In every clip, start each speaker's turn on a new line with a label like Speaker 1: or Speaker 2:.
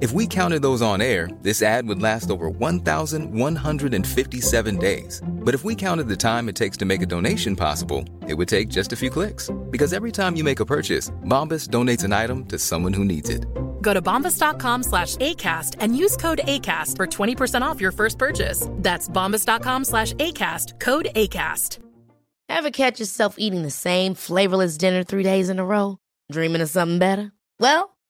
Speaker 1: If we counted those on air, this ad would last over 1,157 days. But if we counted the time it takes to make a donation possible, it would take just a few clicks. Because every time you make a purchase, Bombas donates an item to someone who needs it.
Speaker 2: Go to bombas.com slash ACAST and use code ACAST for 20% off your first purchase. That's bombas.com slash ACAST, code ACAST.
Speaker 3: Ever catch yourself eating the same flavorless dinner three days in a row? Dreaming of something better? Well,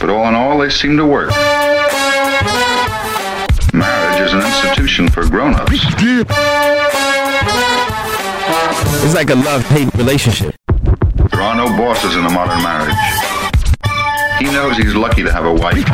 Speaker 4: but all in all, they seem to work. Marriage is an institution for grown-ups.
Speaker 5: It's like a love-hate relationship.
Speaker 4: There are no bosses in a modern marriage. He knows he's lucky to have a wife.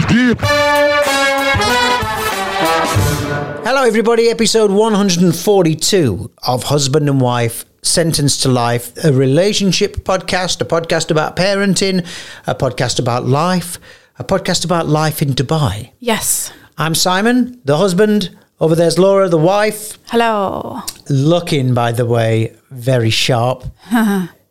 Speaker 6: Hello, everybody. Episode 142 of Husband and Wife Sentenced to Life, a relationship podcast, a podcast about parenting, a podcast about life, a podcast about life in Dubai.
Speaker 7: Yes.
Speaker 6: I'm Simon, the husband. Over there's Laura, the wife.
Speaker 7: Hello.
Speaker 6: Looking, by the way, very sharp.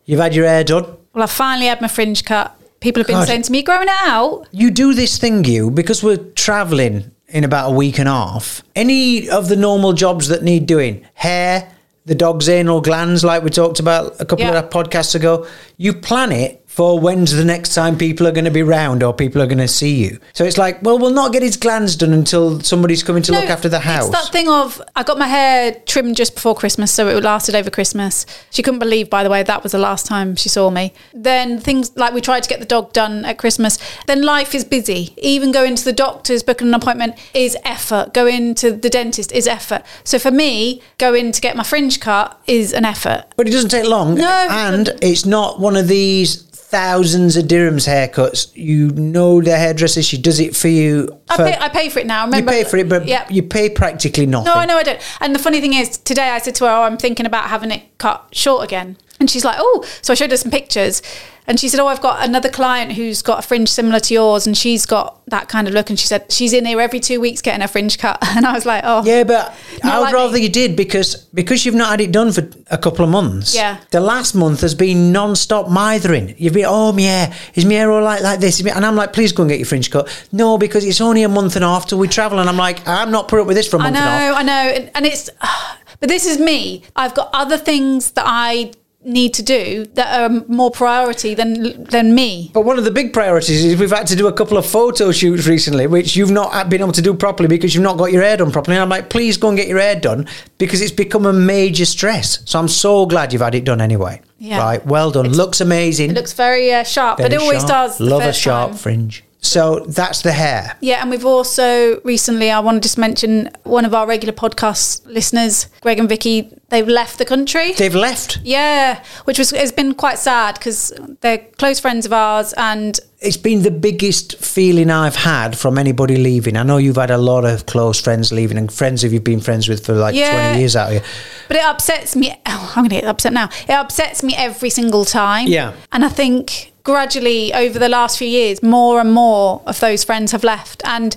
Speaker 6: You've had your hair done.
Speaker 7: Well, I finally had my fringe cut. People have been
Speaker 6: God.
Speaker 7: saying to me, "You're growing it out.
Speaker 6: You do this thing, you, because we're traveling in about a week and a half. Any of the normal jobs that need doing, hair, the dog's anal glands, like we talked about a couple
Speaker 7: Yeah.
Speaker 6: of podcasts ago, you plan it for when's the next time people are going to be round or people are going to see you. So it's like, well, we'll not get his glands done until somebody's coming to look
Speaker 7: No,
Speaker 6: after the house.
Speaker 7: It's that thing of I got my hair trimmed just before Christmas, so it lasted over Christmas. She couldn't believe, by the way, that was the last time she saw me. Then things like we tried to get the dog done at Christmas. Then life is busy. Even going to the doctor's, booking an appointment is effort. Going to the dentist is effort. So for me, going to get my fringe cut is an effort.
Speaker 6: But it doesn't take long.
Speaker 7: No.
Speaker 6: And it's not one of these thousands of dirhams haircuts. You know the hairdresser, she does it for you.
Speaker 7: I
Speaker 6: for-
Speaker 7: pay, I pay for it now. Remember,
Speaker 6: you pay for it, but
Speaker 7: yeah.
Speaker 6: you pay practically nothing.
Speaker 7: No, I know I don't. And the funny thing is, today I said to her, "Oh, I'm thinking about having it cut short again." And she's like, "Oh," so I showed her some pictures, and she said, "Oh, I've got another client who's got a fringe similar to yours, and she's got that kind of look." And she said she's in here every two weeks getting her fringe cut, and I was like, "Oh,
Speaker 6: Yeah, but
Speaker 7: Not
Speaker 6: I would
Speaker 7: like
Speaker 6: rather
Speaker 7: me.
Speaker 6: you did because because you've not had it done for a couple of months.
Speaker 7: Yeah.
Speaker 6: The last month has been non-stop mithering. You've been, oh, my hair, is my hair all right like this? Is my-" And I'm like, please go and get your fringe cut. No, because it's only a month and a half till we travel. And I'm like, I'm not put up with this for a
Speaker 7: I
Speaker 6: month
Speaker 7: know,
Speaker 6: and a half.
Speaker 7: I know," and, and it's, but this is me. I've got other things that I need to do that are more priority than than me.
Speaker 6: But one of the big priorities is we've had to do a couple of photo shoots recently, which you've not been able to do properly because you've not got your hair done properly. And I'm like, please go and get your hair done because it's become a major stress. So I'm so glad you've had it done anyway.
Speaker 7: Yeah.
Speaker 6: Right, well done. looks amazing.
Speaker 7: It looks very uh, sharp, but it
Speaker 6: Very
Speaker 7: always
Speaker 6: sharp.
Speaker 7: does. the
Speaker 6: Love a
Speaker 7: first
Speaker 6: sharp
Speaker 7: time.
Speaker 6: fringe. So that's the hair.
Speaker 7: Yeah, and we've also recently, I want to just mention one of our regular podcast listeners, Greg and Vicky, they've left the country.
Speaker 6: They've left.
Speaker 7: yeah, which was has been quite sad because they're close friends of ours, and
Speaker 6: It's been the biggest feeling I've had from anybody leaving. I know you've had a lot of close friends leaving and friends who you've been friends with for like
Speaker 7: Yeah.
Speaker 6: 20 years out here.
Speaker 7: but it upsets me. Oh, I'm going to get upset now. It upsets me every single time.
Speaker 6: Yeah.
Speaker 7: and I think gradually over the last few years, more and more of those friends have left. And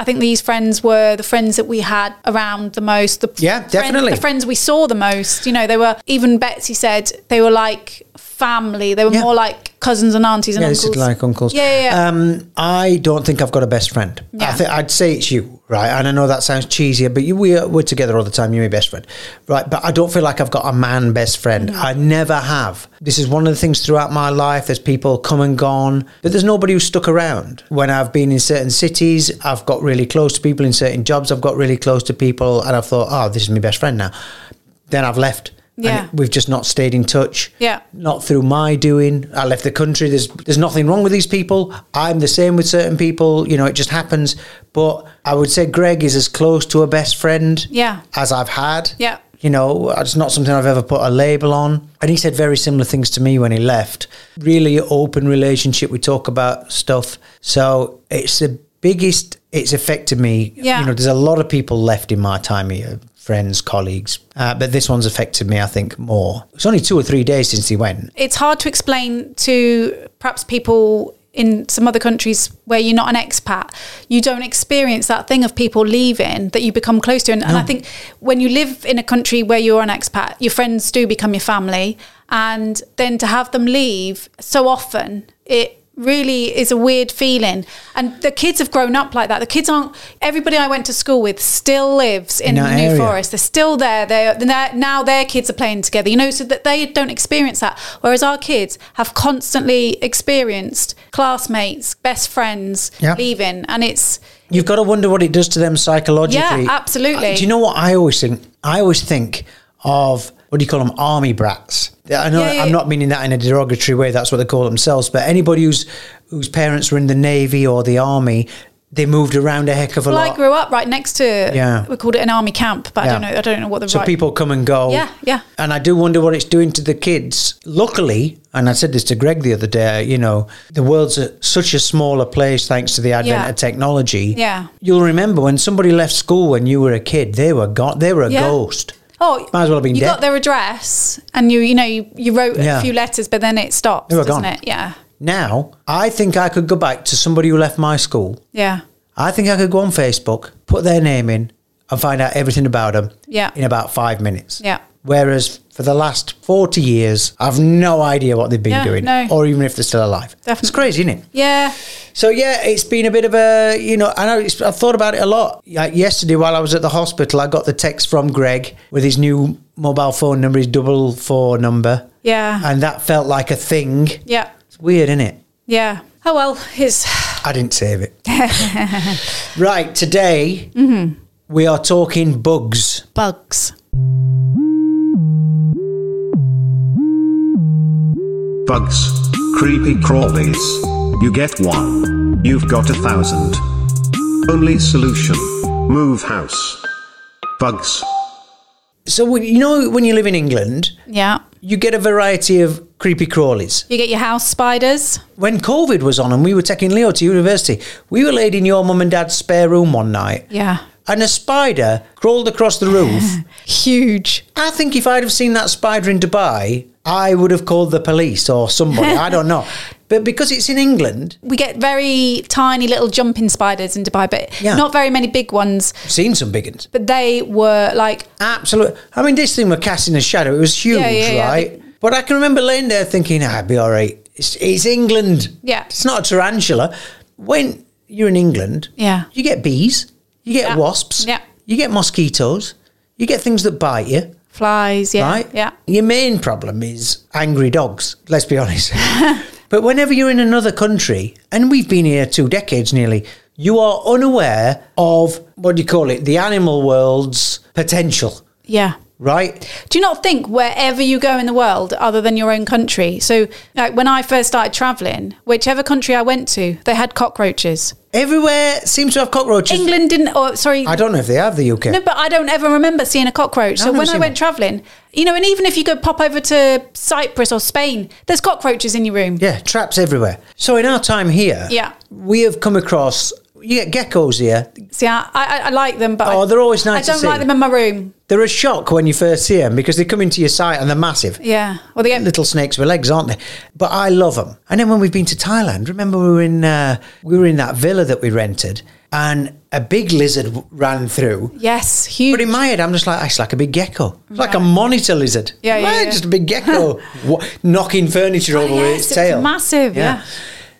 Speaker 7: I think these friends were the friends that we had around the most. The
Speaker 6: Yeah,
Speaker 7: friend-
Speaker 6: definitely.
Speaker 7: the friends we saw the most. You know, they were, even Betsy said, they were like family. They were
Speaker 6: Yeah.
Speaker 7: more like cousins and aunties and
Speaker 6: Yeah, this
Speaker 7: uncles.
Speaker 6: is like uncles.
Speaker 7: Yeah, yeah, yeah.
Speaker 6: Um, I don't think I've got a best friend. I
Speaker 7: Yeah.
Speaker 6: think I'd say it's you, right? And I know that sounds cheesy, but you, we're we're together all the time. You're my best friend, right? But I don't feel like I've got a man best friend. I never have. This is one of the things throughout my life. There's people come and gone, but there's nobody who stuck around. When I've been in certain cities, I've got really close to people. In certain jobs, I've got really close to people, and I've thought, oh, this is my best friend now. Then I've left. and
Speaker 7: Yeah.
Speaker 6: it- we've just not stayed in touch
Speaker 7: Yeah.
Speaker 6: not through my doing. I left the country. There's there's nothing wrong with these people. I'm the same with certain people. You know, it just happens. But I would say Greg is as close to a best friend
Speaker 7: Yeah.
Speaker 6: as I've had.
Speaker 7: Yeah.
Speaker 6: You know, it's not something I've ever put a label on. And he said very similar things to me when he left. Really open relationship. We talk about stuff. So it's the biggest it's affected me.
Speaker 7: Yeah.
Speaker 6: You know, there's a lot of people left in my time here, friends, colleagues. Uh, but this one's affected me, I think, more. It's only two or three days since he went.
Speaker 7: it's hard to explain to perhaps people in some other countries where you're not an expat you don't experience that thing of people leaving that you become close to and, and i think when you live in a country where you're an expat your friends do become your family and then to have them leave so often it really is a weird feeling and the kids have grown up like that the kids aren't everybody i went to school with still lives in,
Speaker 6: In that
Speaker 7: the new
Speaker 6: area.
Speaker 7: forest they're still there. They're, they're now their kids are playing together, you know, so that they don't experience that. Whereas our kids have constantly experienced classmates, best friends
Speaker 6: Yeah.
Speaker 7: leaving, and it's
Speaker 6: You've got to wonder what it does to them psychologically.
Speaker 7: Yeah, absolutely.
Speaker 6: Uh, Do you know what I always think? I always think of what do you call them? Army brats. I know
Speaker 7: Yeah, yeah,
Speaker 6: I'm
Speaker 7: yeah.
Speaker 6: not meaning that in a derogatory way. That's what they call themselves. But anybody whose whose parents were in the navy or the army, they moved around a heck of a
Speaker 7: well, I
Speaker 6: lot.
Speaker 7: grew up right next to
Speaker 6: Yeah.
Speaker 7: we called it an army camp, but I don't
Speaker 6: Yeah.
Speaker 7: know, I don't know what the
Speaker 6: so
Speaker 7: right
Speaker 6: people come and go.
Speaker 7: Yeah, yeah.
Speaker 6: And I do wonder what it's doing to the kids. Luckily, and I said this to Greg the other day, you know, the world's a, such a smaller place thanks to the advent
Speaker 7: Yeah.
Speaker 6: of technology.
Speaker 7: Yeah.
Speaker 6: You'll remember when somebody left school when you were a kid, they were gone. They were a
Speaker 7: Yeah.
Speaker 6: ghost.
Speaker 7: Oh,
Speaker 6: Might as well have been
Speaker 7: you
Speaker 6: dead.
Speaker 7: got their address, and you you know you, you wrote
Speaker 6: Yeah.
Speaker 7: a few letters, but then it stops,
Speaker 6: They were
Speaker 7: doesn't
Speaker 6: gone.
Speaker 7: it? Yeah,
Speaker 6: Now, I think I could go back to somebody who left my school.
Speaker 7: yeah,
Speaker 6: I think I could go on Facebook, put their name in, and find out everything about them
Speaker 7: Yeah.
Speaker 6: in about five minutes.
Speaker 7: Yeah.
Speaker 6: Whereas for the last 40 years, I've no idea what they've been
Speaker 7: Yeah,
Speaker 6: doing
Speaker 7: no.
Speaker 6: or even if they're still alive. It's
Speaker 7: Definitely.
Speaker 6: crazy, isn't it?
Speaker 7: yeah.
Speaker 6: So, yeah, it's been a bit of a, you know, I know it's, I've thought about it a lot. Like yesterday, while I was at the hospital, I got the text from Greg with his new mobile phone number, his double four number.
Speaker 7: Yeah.
Speaker 6: And that felt like a thing.
Speaker 7: Yeah,
Speaker 6: It's weird, isn't it?
Speaker 7: yeah. Oh well, it's
Speaker 6: I didn't save it. right, today we are talking bugs.
Speaker 7: bugs.
Speaker 8: Bugs. Creepy crawlies. You get one. You've got a thousand. Only solution. Move house. Bugs.
Speaker 6: So, when, you know, when you live in England,
Speaker 7: Yeah,
Speaker 6: you get a variety of creepy crawlies.
Speaker 7: you get your house spiders.
Speaker 6: When COVID was on and we were taking Leo to university, we were laid in your mum and dad's spare room one night
Speaker 7: Yeah,
Speaker 6: and a spider crawled across the roof.
Speaker 7: huge.
Speaker 6: I think if I'd have seen that spider in Dubai, I would have called the police or somebody. I don't know. But because it's in England,
Speaker 7: We get very tiny little jumping spiders in Dubai, but
Speaker 6: Yeah.
Speaker 7: not very many big ones.
Speaker 6: I've seen some big ones.
Speaker 7: But they were like,
Speaker 6: Absolutely. I mean, this thing was casting a shadow. It was huge,
Speaker 7: Yeah, yeah, yeah.
Speaker 6: right? But I can remember laying there thinking, ah, I'd be all right. It's, it's England.
Speaker 7: Yeah.
Speaker 6: It's not a tarantula. When you're in England,
Speaker 7: Yeah.
Speaker 6: you get bees, you get
Speaker 7: Yeah.
Speaker 6: wasps,
Speaker 7: Yeah.
Speaker 6: you get mosquitoes, you get things that bite you,
Speaker 7: flies. Yeah,
Speaker 6: right?
Speaker 7: yeah,
Speaker 6: Your main problem is angry dogs, let's be honest. but whenever you're in another country, and we've been here two decades nearly, you are unaware of what do you call it? The animal world's potential
Speaker 7: yeah.
Speaker 6: right?
Speaker 7: Do you not think wherever you go in the world, other than your own country? So, like when I first started traveling, whichever country I went to, they had cockroaches.
Speaker 6: Everywhere seems to have cockroaches.
Speaker 7: England didn't. Or sorry,
Speaker 6: I don't know if they have the UK.
Speaker 7: No, but I don't ever remember seeing a cockroach.
Speaker 6: I've
Speaker 7: So
Speaker 6: never
Speaker 7: when I
Speaker 6: seen
Speaker 7: went travelling, you know, and even if you go pop over to Cyprus or Spain, there's cockroaches in your room.
Speaker 6: yeah, traps everywhere. So in our time here,
Speaker 7: Yeah.
Speaker 6: we have come across you get geckos here.
Speaker 7: See, I, I, I like them, but
Speaker 6: Oh,
Speaker 7: I,
Speaker 6: they're always
Speaker 7: I
Speaker 6: nice to
Speaker 7: don't
Speaker 6: see.
Speaker 7: like them in my room.
Speaker 6: They're a shock when you first see them because they come into your sight and they're massive.
Speaker 7: Yeah. Well, they get
Speaker 6: Little snakes with legs, aren't they? But I love them. And then when we've been to Thailand, remember we were in uh, we were in that villa that we rented, and a big lizard w- ran through.
Speaker 7: yes, huge.
Speaker 6: But in my head, I'm just like, it's like a big gecko. It's like a monitor lizard.
Speaker 7: Yeah, yeah,
Speaker 6: Right,
Speaker 7: yeah. Oh,
Speaker 6: Just a big gecko wa- knocking furniture over with
Speaker 7: yes,
Speaker 6: its
Speaker 7: it's
Speaker 6: tail.
Speaker 7: massive. Yeah.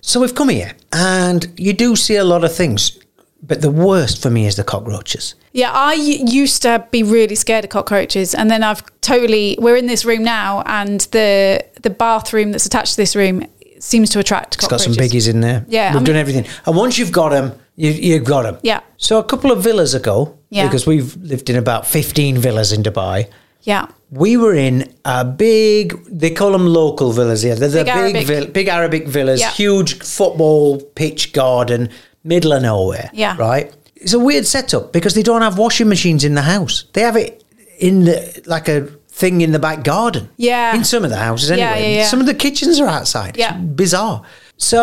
Speaker 6: So we've come here and you do see a lot of things, but the worst for me is the cockroaches.
Speaker 7: Yeah, I y- used to be really scared of cockroaches, and then I've totally. We're in this room now, and the the bathroom that's attached to this room seems to attract
Speaker 6: It's got
Speaker 7: cockroaches.
Speaker 6: some biggies in there.
Speaker 7: Yeah,
Speaker 6: We've
Speaker 7: I mean-
Speaker 6: done everything. And once you've got them, you, you've got them.
Speaker 7: Yeah.
Speaker 6: So a couple of villas ago,
Speaker 7: Yeah.
Speaker 6: because we've lived in about 15 villas in Dubai,
Speaker 7: Yeah,
Speaker 6: we were in a big, they call them local villas here. They're the
Speaker 7: Big
Speaker 6: big,
Speaker 7: Arabic.
Speaker 6: vill- big Arabic villas,
Speaker 7: Yeah.
Speaker 6: huge football pitch garden, middle of nowhere.
Speaker 7: Yeah.
Speaker 6: Right? It's a weird setup because they don't have washing machines in the house. They have it in the, like a thing in the back garden.
Speaker 7: Yeah.
Speaker 6: In some of the houses anyway.
Speaker 7: Yeah, yeah, yeah.
Speaker 6: Some of the kitchens are outside. It's
Speaker 7: Yeah.
Speaker 6: bizarre. So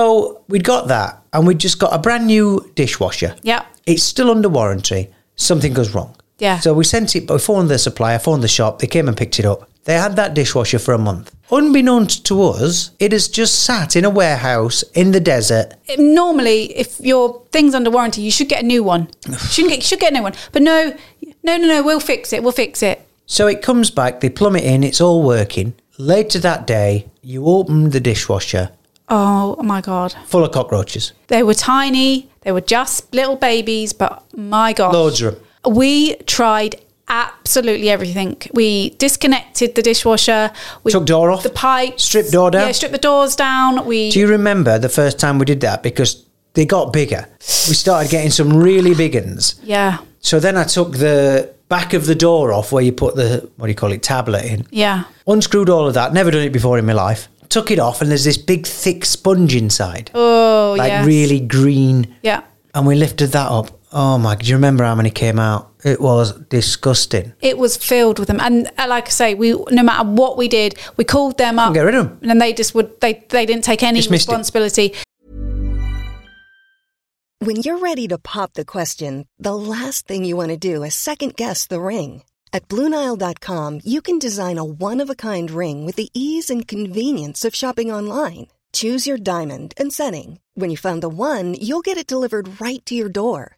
Speaker 6: we'd got that and we'd just got a brand new dishwasher.
Speaker 7: yeah,
Speaker 6: It's still under warranty. Something goes wrong.
Speaker 7: Yeah.
Speaker 6: So we sent it, I phoned the supplier, phoned the shop, they came and picked it up. They had that dishwasher for a month. Unbeknownst to us, it has just sat in a warehouse in the desert.
Speaker 7: It- normally if your thing's under warranty, you should get a new one. Shouldn't get should get a new one, but no, no, no, no. We'll fix it. We'll fix it.
Speaker 6: So it comes back, they plumb it in, it's all working. Later that day, you open the dishwasher
Speaker 7: Oh my god,
Speaker 6: full of cockroaches.
Speaker 7: they were tiny. They were just little babies, but my god,
Speaker 6: Loads of them.
Speaker 7: We tried absolutely everything. We disconnected the dishwasher. We
Speaker 6: Took door off?
Speaker 7: the pipe.
Speaker 6: Stripped door down?
Speaker 7: Yeah, stripped the doors down. We
Speaker 6: Do you remember the first time we did that? Because they got bigger. We started getting some really big ones.
Speaker 7: yeah
Speaker 6: So then I took the back of the door off where you put the, what do you call it, tablet in.
Speaker 7: yeah
Speaker 6: unscrewed all of that. Never done it before in my life. Took it off, and there's this big, thick sponge inside,
Speaker 7: oh
Speaker 6: like
Speaker 7: yes.
Speaker 6: really green.
Speaker 7: yeah.
Speaker 6: And we lifted that up. Oh my! Do you remember how many came out? It was disgusting.
Speaker 7: It was filled with them, and uh, like I say, we no matter what we did, we called them up,
Speaker 6: Couldn't get rid of them.
Speaker 7: and they just would they they didn't take any
Speaker 6: Dismissed it.
Speaker 7: responsibility.
Speaker 9: When you're ready to pop the question, the last thing you want to do is second guess the ring. At Bluenile.com, you can design a one of a kind ring with the ease and convenience of shopping online. Choose your diamond and setting. When you find the one, you'll get it delivered right to your door.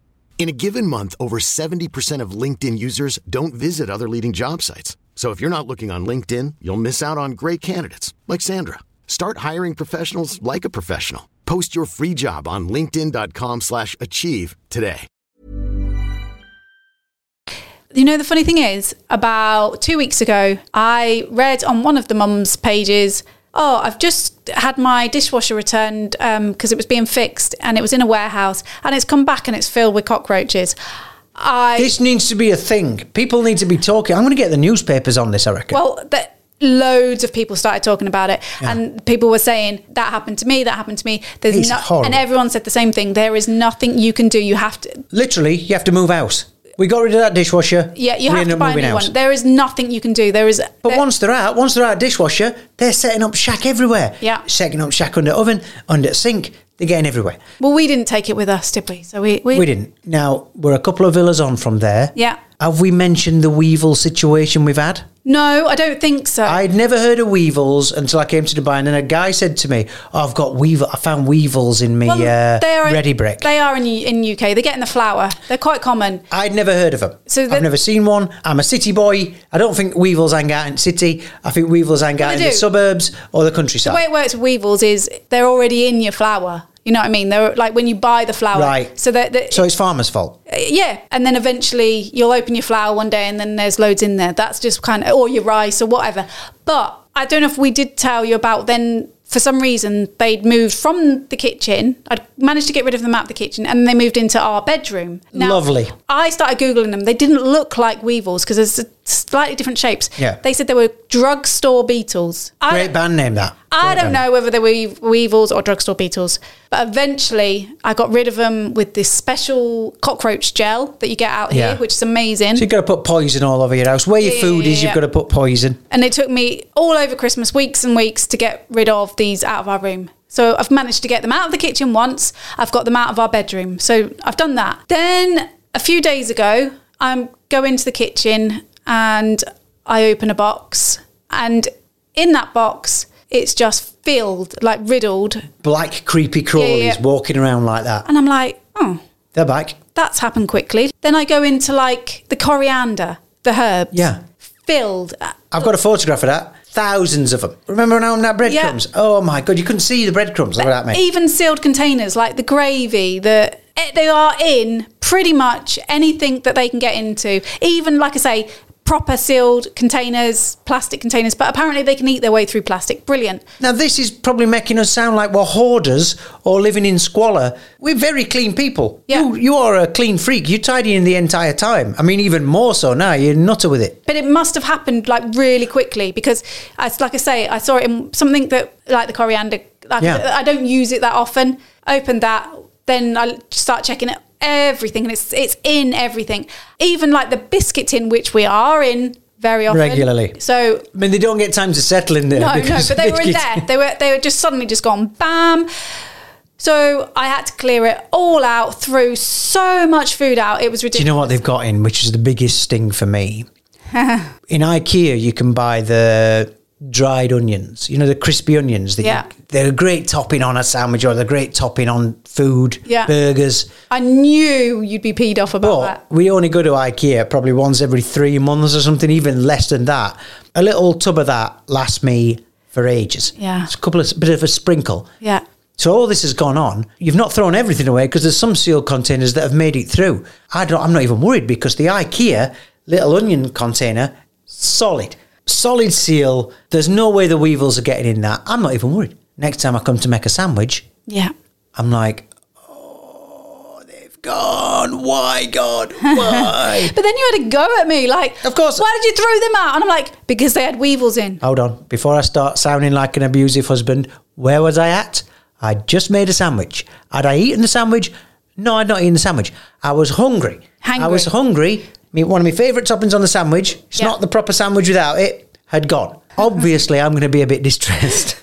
Speaker 10: In a given month, over 70% of LinkedIn users don't visit other leading job sites. So if you're not looking on LinkedIn, you'll miss out on great candidates like Sandra. Start hiring professionals like a professional. Post your free job on linkedin.com/achieve slash achieve today.
Speaker 7: You know, the funny thing is, about two weeks ago, I read on one of the mum's pages, Oh, I've just had my dishwasher returned because it was being fixed and it was in a warehouse and it's come back and it's filled with cockroaches. I.
Speaker 6: This needs to be a thing. People need to be talking. I'm going to get the newspapers on this. I reckon.
Speaker 7: Well, that loads of people started talking about it, and people were saying that happened to me, that happened to me. There's
Speaker 6: It's
Speaker 7: no-
Speaker 6: horrible.
Speaker 7: and everyone said the same thing. There is nothing you can do. You have to.
Speaker 6: Literally, you have to move house. We got rid of that dishwasher.
Speaker 7: Yeah, you
Speaker 6: we
Speaker 7: have
Speaker 6: ended
Speaker 7: to
Speaker 6: up
Speaker 7: buy a
Speaker 6: moving
Speaker 7: new
Speaker 6: house.
Speaker 7: one. There is nothing you can do. There is.
Speaker 6: But
Speaker 7: there-
Speaker 6: once they're out, once they're out of dishwasher, they're setting up shack everywhere.
Speaker 7: Yeah.
Speaker 6: Setting up shack under oven, under sink. They're getting everywhere.
Speaker 7: well, we didn't take it with us, did we? So we we,
Speaker 6: We didn't. Now we're a couple of villas on from there.
Speaker 7: Yeah.
Speaker 6: Have we mentioned the weevil situation we've had?
Speaker 7: No, I don't think so.
Speaker 6: I'd never heard of weevils until I came to Dubai, and then a guy said to me, oh, "I've got weevil. I found weevils in me
Speaker 7: Well,
Speaker 6: uh, ready brick."
Speaker 7: They are in U- in UK. They get in the flower. They're quite common.
Speaker 6: I'd never heard of them.
Speaker 7: So the-
Speaker 6: I've never seen one. I'm a city boy. I don't think weevils hang out in the city. I think weevils hang
Speaker 7: Well,
Speaker 6: out in
Speaker 7: they
Speaker 6: the
Speaker 7: do.
Speaker 6: suburbs or the
Speaker 7: The
Speaker 6: countryside.
Speaker 7: way it works with weevils is they're already in your flower. You know what I mean? They're like when you buy the flower.
Speaker 6: Right.
Speaker 7: So that that-
Speaker 6: so it's farmers' fault.
Speaker 7: yeah, and then eventually you'll open your flower one day and then there's loads in there. That's just kind of or your rice or whatever. But I don't know if we did tell you about then for some reason, they'd moved from the kitchen. I'd managed to get rid of them out of the kitchen and they moved into our bedroom.
Speaker 6: Lovely.
Speaker 7: I started Googling them. They didn't look like weevils because there's slightly different shapes.
Speaker 6: Yeah.
Speaker 7: They said they were drugstore beetles. I
Speaker 6: Great band name that.
Speaker 7: I
Speaker 6: Great
Speaker 7: don't
Speaker 6: band.
Speaker 7: know whether they were weevils or drugstore beetles, but eventually I got rid of them with this special cockroach gel that you get out
Speaker 6: Yeah.
Speaker 7: here, which is amazing.
Speaker 6: So you've got to put poison all over your house. Where your
Speaker 7: Yeah,
Speaker 6: food
Speaker 7: yeah,
Speaker 6: is,
Speaker 7: yeah.
Speaker 6: you've got to put poison.
Speaker 7: and it took me all over Christmas, weeks and weeks, to get rid of these out of our room. So I've managed to get them out of the kitchen once. I've got them out of our bedroom. So I've done that. Then a few days ago, I go into the kitchen and I open a box, and in that box, it's just filled, like riddled.
Speaker 6: Black creepy crawlies
Speaker 7: Yeah, yeah.
Speaker 6: walking around like that.
Speaker 7: And I'm like, oh,
Speaker 6: They're back.
Speaker 7: that's happened quickly. Then I go into like the coriander, the herbs,
Speaker 6: Yeah.
Speaker 7: filled. uh,
Speaker 6: I've got a photograph of that. Thousands of them. Remember when I had breadcrumbs? Oh my god, you couldn't see the breadcrumbs. Look at that, mate.
Speaker 7: even sealed containers like the gravy the eh, they are in pretty much anything that they can get into even like i say proper sealed containers plastic containers but apparently they can eat their way through plastic brilliant
Speaker 6: Now this is probably making us sound like we're hoarders or living in squalor. We're very clean people.
Speaker 7: Yeah.
Speaker 6: You, you are a clean freak. You're tidying the entire time. I mean, even more so now. You're nutter with it.
Speaker 7: but it must have happened like really quickly because as like i say i saw it in something that like the coriander like,
Speaker 6: Yeah.
Speaker 7: i don't use it that often opened that then i start checking it everything and it's it's in everything even like the biscuit tin which we are in very often
Speaker 6: Regularly.
Speaker 7: so
Speaker 6: I mean, they don't get time to settle in there.
Speaker 7: No, no,
Speaker 6: because
Speaker 7: but they were in
Speaker 6: get-
Speaker 7: there. They were they were just suddenly just gone bam. So I had to clear it all out, threw so much food out. It was
Speaker 6: Do you
Speaker 7: ridiculous.
Speaker 6: know what they've got in, which is the biggest sting for me? in IKEA, you can buy the dried onions. You know the crispy onions. That you-
Speaker 7: Yeah.
Speaker 6: they're a great topping on a sandwich, or they're a great topping on food,
Speaker 7: Yeah.
Speaker 6: burgers.
Speaker 7: I knew you'd be peed off about that.
Speaker 6: We only go to IKEA probably once every three months or something, even less than that. A little tub of that lasts me for ages.
Speaker 7: Yeah.
Speaker 6: it's a couple of bit of a sprinkle.
Speaker 7: Yeah.
Speaker 6: So all this has gone on. You've not thrown everything away because there's some sealed containers that have made it through. I don't. I'm not even worried because the IKEA little onion container, solid, solid seal. There's no way the weevils are getting in that. I'm not even worried. Next time I come to make a sandwich,
Speaker 7: Yeah.
Speaker 6: I'm like, oh, they've gone. Why, God? Why?
Speaker 7: But then you had a go at me, like,
Speaker 6: Of course.
Speaker 7: Why did you throw them out? And I'm like, because they had weevils in.
Speaker 6: Hold on. Before I start sounding like an abusive husband, where was I at? I just made a sandwich. Had I eaten the sandwich? No, I'd not eaten the sandwich. I was hungry. I was
Speaker 7: Hangry.
Speaker 6: hungry. Me- One of my favourite toppings on the sandwich, it's
Speaker 7: Yeah.
Speaker 6: not the proper sandwich without it, had gone. Obviously, I'm going to be a bit distressed.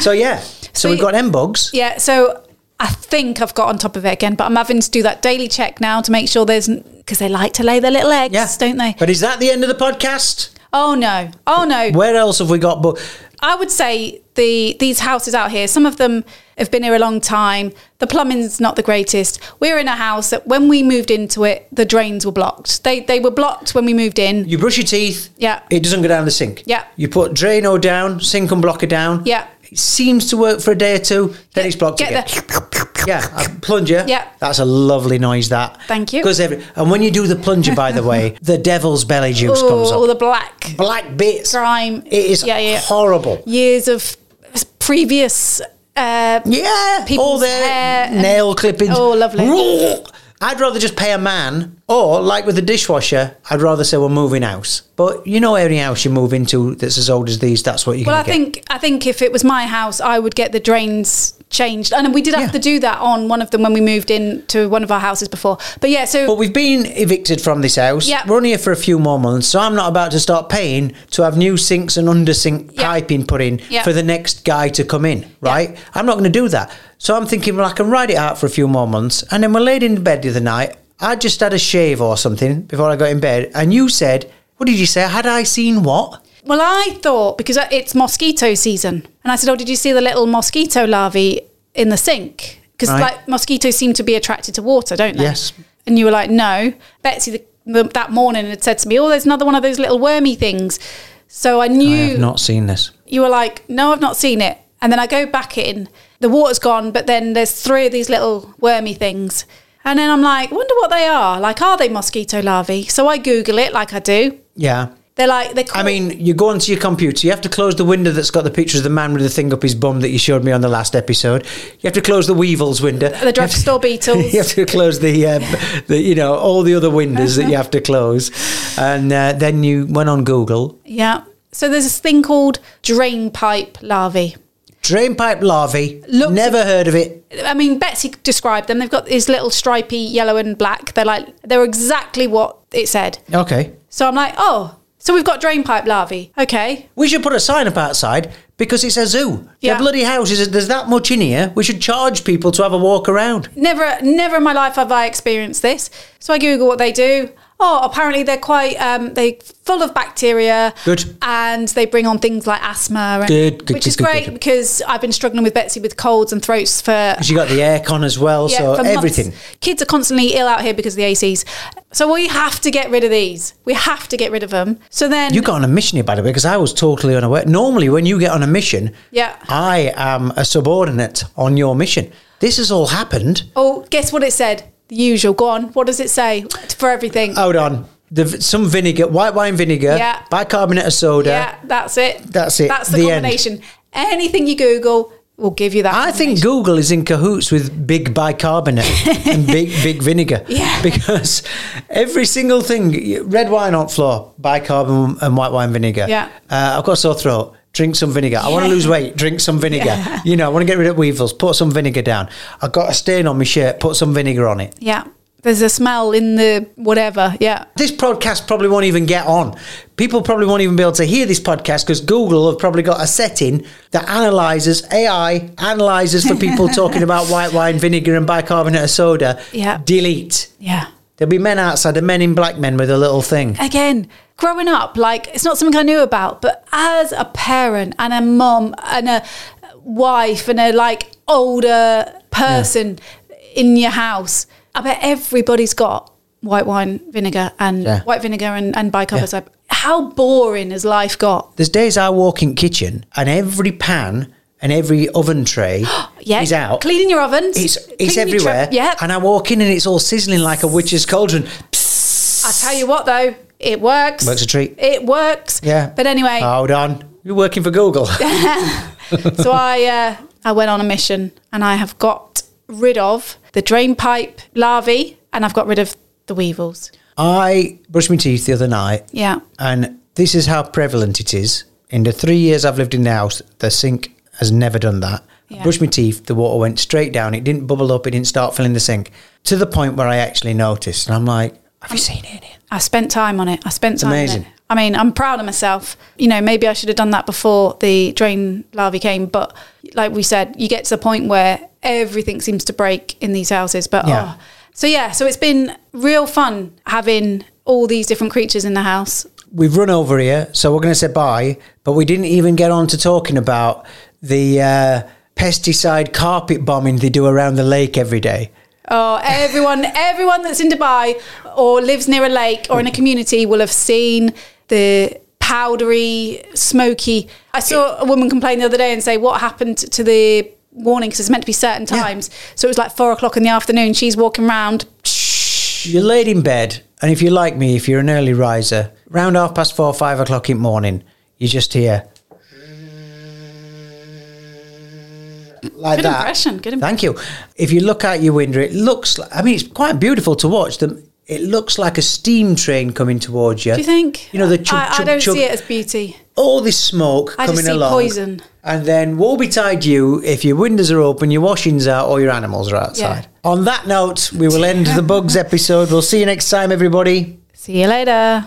Speaker 6: so, yeah. So, we've
Speaker 7: you-
Speaker 6: got M bugs.
Speaker 7: Yeah. So I think I've got on top of it again, but I'm having to do that daily check now to make sure there's because they like to lay their little eggs,
Speaker 6: Yeah.
Speaker 7: don't they?
Speaker 6: But is that the end of the podcast?
Speaker 7: Oh no. Oh no.
Speaker 6: Where else have we got bu-
Speaker 7: I would say the these houses out here, some of them have been here a long time. The plumbing's not the greatest. We're in a house that when we moved into it, the drains were blocked. They they were blocked when we moved in.
Speaker 6: You brush your teeth.
Speaker 7: Yeah.
Speaker 6: It doesn't go down the sink.
Speaker 7: Yeah.
Speaker 6: You put Drano down, sink and blocker down.
Speaker 7: Yeah.
Speaker 6: It seems to work for a day or two, then it's blocked
Speaker 7: Get
Speaker 6: again.
Speaker 7: the
Speaker 6: Yeah, a plunger.
Speaker 7: Yeah.
Speaker 6: That's a lovely noise, that.
Speaker 7: Thank you.
Speaker 6: Goes every, and when you do the plunger, by the way, the devil's belly juice comes
Speaker 7: Ooh,
Speaker 6: up.
Speaker 7: all the black
Speaker 6: Black bits.
Speaker 7: grime.
Speaker 6: It is
Speaker 7: Yeah, yeah.
Speaker 6: horrible.
Speaker 7: years of previous uh
Speaker 6: Yeah. all
Speaker 7: people's
Speaker 6: the
Speaker 7: hair and-
Speaker 6: nail clippings.
Speaker 7: Oh, lovely.
Speaker 6: I'd rather just pay a man, or like with the dishwasher, I'd rather say we're moving house. But you know, any house you move into that's as old as these, that's what you're
Speaker 7: Well, I
Speaker 6: going to get.
Speaker 7: think I think if it was my house, I would get the drains changed, and we did have
Speaker 6: Yeah.
Speaker 7: to do that on one of them when we moved in to one of our houses before. But yeah, so
Speaker 6: But we've been evicted from this house.
Speaker 7: Yeah.
Speaker 6: We're only here for a few more months, so I'm not about to start paying to have new sinks and undersink
Speaker 7: Yeah.
Speaker 6: piping put in
Speaker 7: Yeah.
Speaker 6: for the next guy to come in, right? I'm not going to do that. So I'm thinking, well, I can ride it out for a few more months. And then we laid in bed the other night. I just had a shave or something before I got in bed, and you said, what did you say? Had I seen what?
Speaker 7: Well, I thought because it's mosquito season, and I said, "Oh, did you see the little mosquito larvae in the sink?" Because
Speaker 6: Right.
Speaker 7: like mosquitoes seem to be attracted to water, don't they?
Speaker 6: Yes.
Speaker 7: And you were like, "No." Betsy the, the, that morning had said to me, "Oh, there's another one of those little wormy things." So I
Speaker 6: I
Speaker 7: knew
Speaker 6: have not seen this.
Speaker 7: you were like, "No, I've not seen it." And then I go back in, the water's gone, but then there's three of these little wormy things. And then I'm like, wonder what they are. Like, are they mosquito larvae? So I Google it, like I do.
Speaker 6: Yeah.
Speaker 7: They're like they. Call,
Speaker 6: I mean, you go onto your computer, you have to close the window that's got the picture of the man with the thing up his bum that you showed me on the last episode. You have to close the Weevils window.
Speaker 7: the drugstore beetles.
Speaker 6: You have to close the, uh, the you know, all the other windows that you have to close. And uh, then you went on Google.
Speaker 7: Yeah. So there's this thing called drain pipe larvae.
Speaker 6: Drain pipe larvae. Never heard of it.
Speaker 7: I mean, Betsy described them. They've got these little stripy yellow and black. They're like they're exactly what it said.
Speaker 6: Okay.
Speaker 7: So I'm like, oh, so we've got drain pipe larvae. Okay.
Speaker 6: We should put a sign up outside because it's a zoo.
Speaker 7: Yeah.
Speaker 6: Their bloody houses, there's that much in here. We should charge people to have a walk around.
Speaker 7: Never, never in my life have I experienced this. So I Google what they do. Oh, apparently they're quite um, they full of bacteria.
Speaker 6: Good.
Speaker 7: And they bring on things like asthma, and-
Speaker 6: Good, good,
Speaker 7: which
Speaker 6: good,
Speaker 7: is
Speaker 6: good,
Speaker 7: great
Speaker 6: good.
Speaker 7: because I've been struggling with Betsy with colds and throats for
Speaker 6: Because you got the aircon as well,
Speaker 7: Yeah,
Speaker 6: so
Speaker 7: for months.
Speaker 6: everything.
Speaker 7: Kids are constantly ill out here because of the ACs. So we have to get rid of these. We have to get rid of them. So then,
Speaker 6: You got on a mission here, by the way, because I was totally unaware. Normally, when you get on a mission,
Speaker 7: yeah.
Speaker 6: I am a subordinate on your mission. This has all happened.
Speaker 7: Oh, guess what it said? The usual. Go on. What does it say for everything?
Speaker 6: Hold on. The, v- some vinegar, white wine vinegar,
Speaker 7: Yeah.
Speaker 6: bicarbonate of soda.
Speaker 7: yeah, that's it.
Speaker 6: That's it.
Speaker 7: That's the,
Speaker 6: The end.
Speaker 7: combination. Anything you Google will give you that.
Speaker 6: I think Google is in cahoots with big bicarbonate and big big vinegar.
Speaker 7: Yeah.
Speaker 6: Because every single thing, red wine on floor, bicarbonate and white wine vinegar.
Speaker 7: Yeah.
Speaker 6: Uh, I've got a sore throat. Drink some vinegar. I want to
Speaker 7: Yeah.
Speaker 6: lose weight. Drink some vinegar.
Speaker 7: Yeah.
Speaker 6: You know, I want to get rid of weevils. Put some vinegar down. I've got a stain on my shirt. Put some vinegar on it.
Speaker 7: Yeah. There's a smell in the whatever. Yeah.
Speaker 6: This podcast probably won't even get on. People probably won't even be able to hear this podcast because Google have probably got a setting that analyzes AI analyzes for people talking about white wine, vinegar, and bicarbonate of soda.
Speaker 7: Yeah.
Speaker 6: Delete.
Speaker 7: Yeah.
Speaker 6: There'll be men outside, the men in black men with a little thing.
Speaker 7: Again, growing up, like it's not something I knew about, but as a parent and a mum and a wife and a like older person in your house, I bet everybody's got white wine vinegar and
Speaker 6: Yeah.
Speaker 7: white vinegar and, and bicarbonate.
Speaker 6: Yeah.
Speaker 7: How boring has life got?
Speaker 6: There's days I walk in kitchen and every pan and every oven tray
Speaker 7: Yeah.
Speaker 6: is out.
Speaker 7: Cleaning your ovens.
Speaker 6: It's it's
Speaker 7: cleaning your
Speaker 6: everywhere.
Speaker 7: tray- yeah.
Speaker 6: And I walk in and it's all sizzling like a witch's cauldron.
Speaker 7: I tell you what though, it works.
Speaker 6: Works a treat.
Speaker 7: It works.
Speaker 6: Yeah. Ah.
Speaker 7: But anyway,
Speaker 6: Hold on. You're working for Google.
Speaker 7: so I uh, I went on a mission and I have got rid of the drain pipe larvae and I've got rid of the weevils.
Speaker 6: I brushed my teeth the other night
Speaker 7: Yeah.
Speaker 6: And this is how prevalent it is. In the three years I've lived in the house, the sink has never done that. I
Speaker 7: Yeah.
Speaker 6: brushed my teeth, the water went straight down. It didn't bubble up, it didn't start filling the sink to the point where I actually noticed. And I'm like, have you seen it?
Speaker 7: I spent time on it. I spent time
Speaker 6: amazing.
Speaker 7: on it. I mean, I'm proud of myself. You know, maybe I should have done that before the drain larvae came, but like we said, you get to the point where everything seems to break in these houses. But
Speaker 6: Yeah.
Speaker 7: oh. so yeah, so it's been real fun having all these different creatures in the house.
Speaker 6: We've run over here, so we're going to say bye, but we didn't even get on to talking about the uh, pesticide carpet bombing they do around the lake every day.
Speaker 7: Oh, everyone, everyone that's in Dubai or lives near a lake or in a community will have seen the powdery, smoky. I saw a woman complain the other day and say, "What happened to the warning? Because it's meant to be certain times." So it was like four o'clock in the afternoon. She's walking around.
Speaker 6: You're laid in bed, and if you're like me, if you're an early riser, round half past four, five o'clock in the morning, you just hear like
Speaker 7: Good
Speaker 6: that.
Speaker 7: impression. Good impression.
Speaker 6: Thank you. If you look out your window, it looks. Like, I mean, it's quite beautiful to watch them. It looks like a steam train coming towards you.
Speaker 7: Do you think?
Speaker 6: You know the chug,
Speaker 7: I, I
Speaker 6: chug,
Speaker 7: don't
Speaker 6: chug.
Speaker 7: see it as beauty.
Speaker 6: all this smoke
Speaker 7: I just
Speaker 6: coming
Speaker 7: see
Speaker 6: along?
Speaker 7: poison.
Speaker 6: And then woe betide you if your windows are open, your washing's out, or your animals are outside. On that note, we will end the bugs episode. We'll see you next time, everybody.
Speaker 7: See you later.